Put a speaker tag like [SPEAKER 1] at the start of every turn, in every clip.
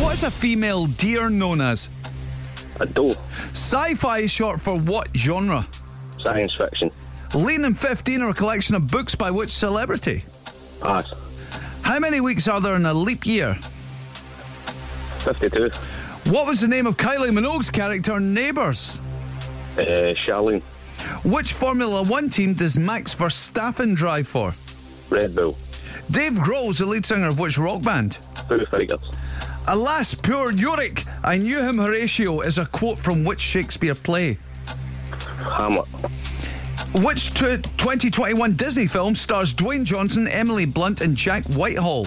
[SPEAKER 1] What's a female deer known as?
[SPEAKER 2] A doe.
[SPEAKER 1] Sci fi is short for what genre?
[SPEAKER 2] Science fiction.
[SPEAKER 1] Lean and 15 are a collection of books by which celebrity?
[SPEAKER 2] Pass.
[SPEAKER 1] How many weeks are there in a leap year?
[SPEAKER 2] 52.
[SPEAKER 1] What was the name of Kylie Minogue's character in Neighbours?
[SPEAKER 2] Uh, Charlene.
[SPEAKER 1] Which Formula One team does Max Verstappen drive for?
[SPEAKER 2] Red Bull.
[SPEAKER 1] Dave Grohl is the lead singer of which rock band?
[SPEAKER 2] Foo Fighters.
[SPEAKER 1] Alas, poor Yorick! I knew him, Horatio, is a quote from which Shakespeare play?
[SPEAKER 2] Hamlet.
[SPEAKER 1] Which two 2021 Disney film stars Dwayne Johnson, Emily Blunt, and Jack Whitehall?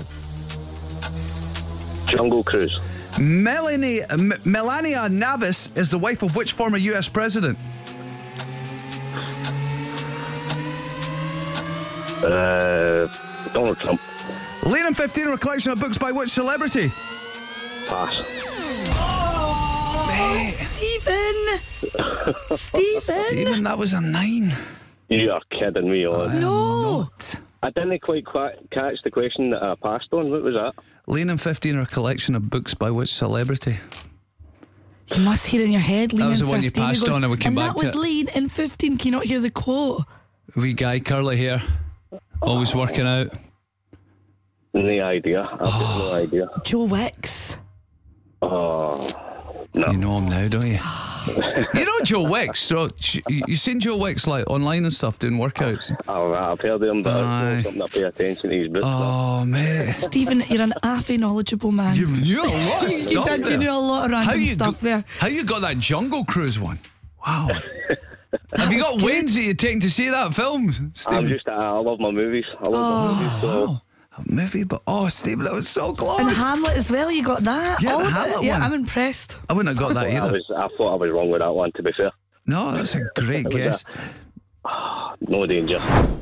[SPEAKER 2] Jungle Cruise.
[SPEAKER 1] Melanie, M- Melania Navis is the wife of which former US president?
[SPEAKER 2] Uh, Donald Trump.
[SPEAKER 1] Lane and 15 are a collection of books by which celebrity?
[SPEAKER 2] Pass.
[SPEAKER 3] Stephen! Stephen!
[SPEAKER 1] Damon, that was a nine.
[SPEAKER 2] You are kidding me on.
[SPEAKER 3] No!
[SPEAKER 2] I didn't quite qua- catch the question that I passed on. What was that?
[SPEAKER 1] Lane and 15 are a collection of books by which celebrity?
[SPEAKER 3] You must hear in your head, Lean
[SPEAKER 1] was
[SPEAKER 3] in
[SPEAKER 1] the one you
[SPEAKER 3] 15. He
[SPEAKER 1] passed
[SPEAKER 3] goes,
[SPEAKER 1] on and we came
[SPEAKER 3] and
[SPEAKER 1] back
[SPEAKER 3] that
[SPEAKER 1] to
[SPEAKER 3] was
[SPEAKER 1] it."
[SPEAKER 3] Lean in 15. Can you not hear the quote?
[SPEAKER 1] Wee guy, curly hair, always working out.
[SPEAKER 2] No idea. I've got no idea.
[SPEAKER 3] Joe Wicks.
[SPEAKER 1] You know him now, don't you? you know Joe Wicks. So sh- you- you've seen Joe Wicks like online and stuff doing workouts.
[SPEAKER 2] I've, I've heard of him, but
[SPEAKER 1] Aye.
[SPEAKER 2] it's something I pay attention to his books.
[SPEAKER 1] Oh mate,
[SPEAKER 3] Stephen, you're an affy knowledgeable man.
[SPEAKER 1] you knew a lot of
[SPEAKER 3] You
[SPEAKER 1] stuff.
[SPEAKER 3] did, you
[SPEAKER 1] there.
[SPEAKER 3] knew a lot of
[SPEAKER 1] How
[SPEAKER 3] random
[SPEAKER 1] you
[SPEAKER 3] stuff
[SPEAKER 1] go-
[SPEAKER 3] there.
[SPEAKER 1] How you got that Jungle Cruise one? Wow. Have you
[SPEAKER 3] was
[SPEAKER 1] got
[SPEAKER 3] good.
[SPEAKER 1] wins that you're taking to see that film,
[SPEAKER 2] I'm
[SPEAKER 1] Stephen?
[SPEAKER 2] just, I love my movies. I love my movies. So
[SPEAKER 1] Wow. A movie, but oh, Stephen, that was so close.
[SPEAKER 3] And Hamlet as well, you got that?
[SPEAKER 1] Yeah, the
[SPEAKER 3] All of it.
[SPEAKER 1] Hamlet
[SPEAKER 3] Yeah,
[SPEAKER 1] one.
[SPEAKER 3] I'm impressed.
[SPEAKER 1] I wouldn't have got that
[SPEAKER 2] I
[SPEAKER 1] either.
[SPEAKER 2] was, I thought I was wrong with that one. To be fair,
[SPEAKER 1] No, that's a great guess.
[SPEAKER 2] no danger.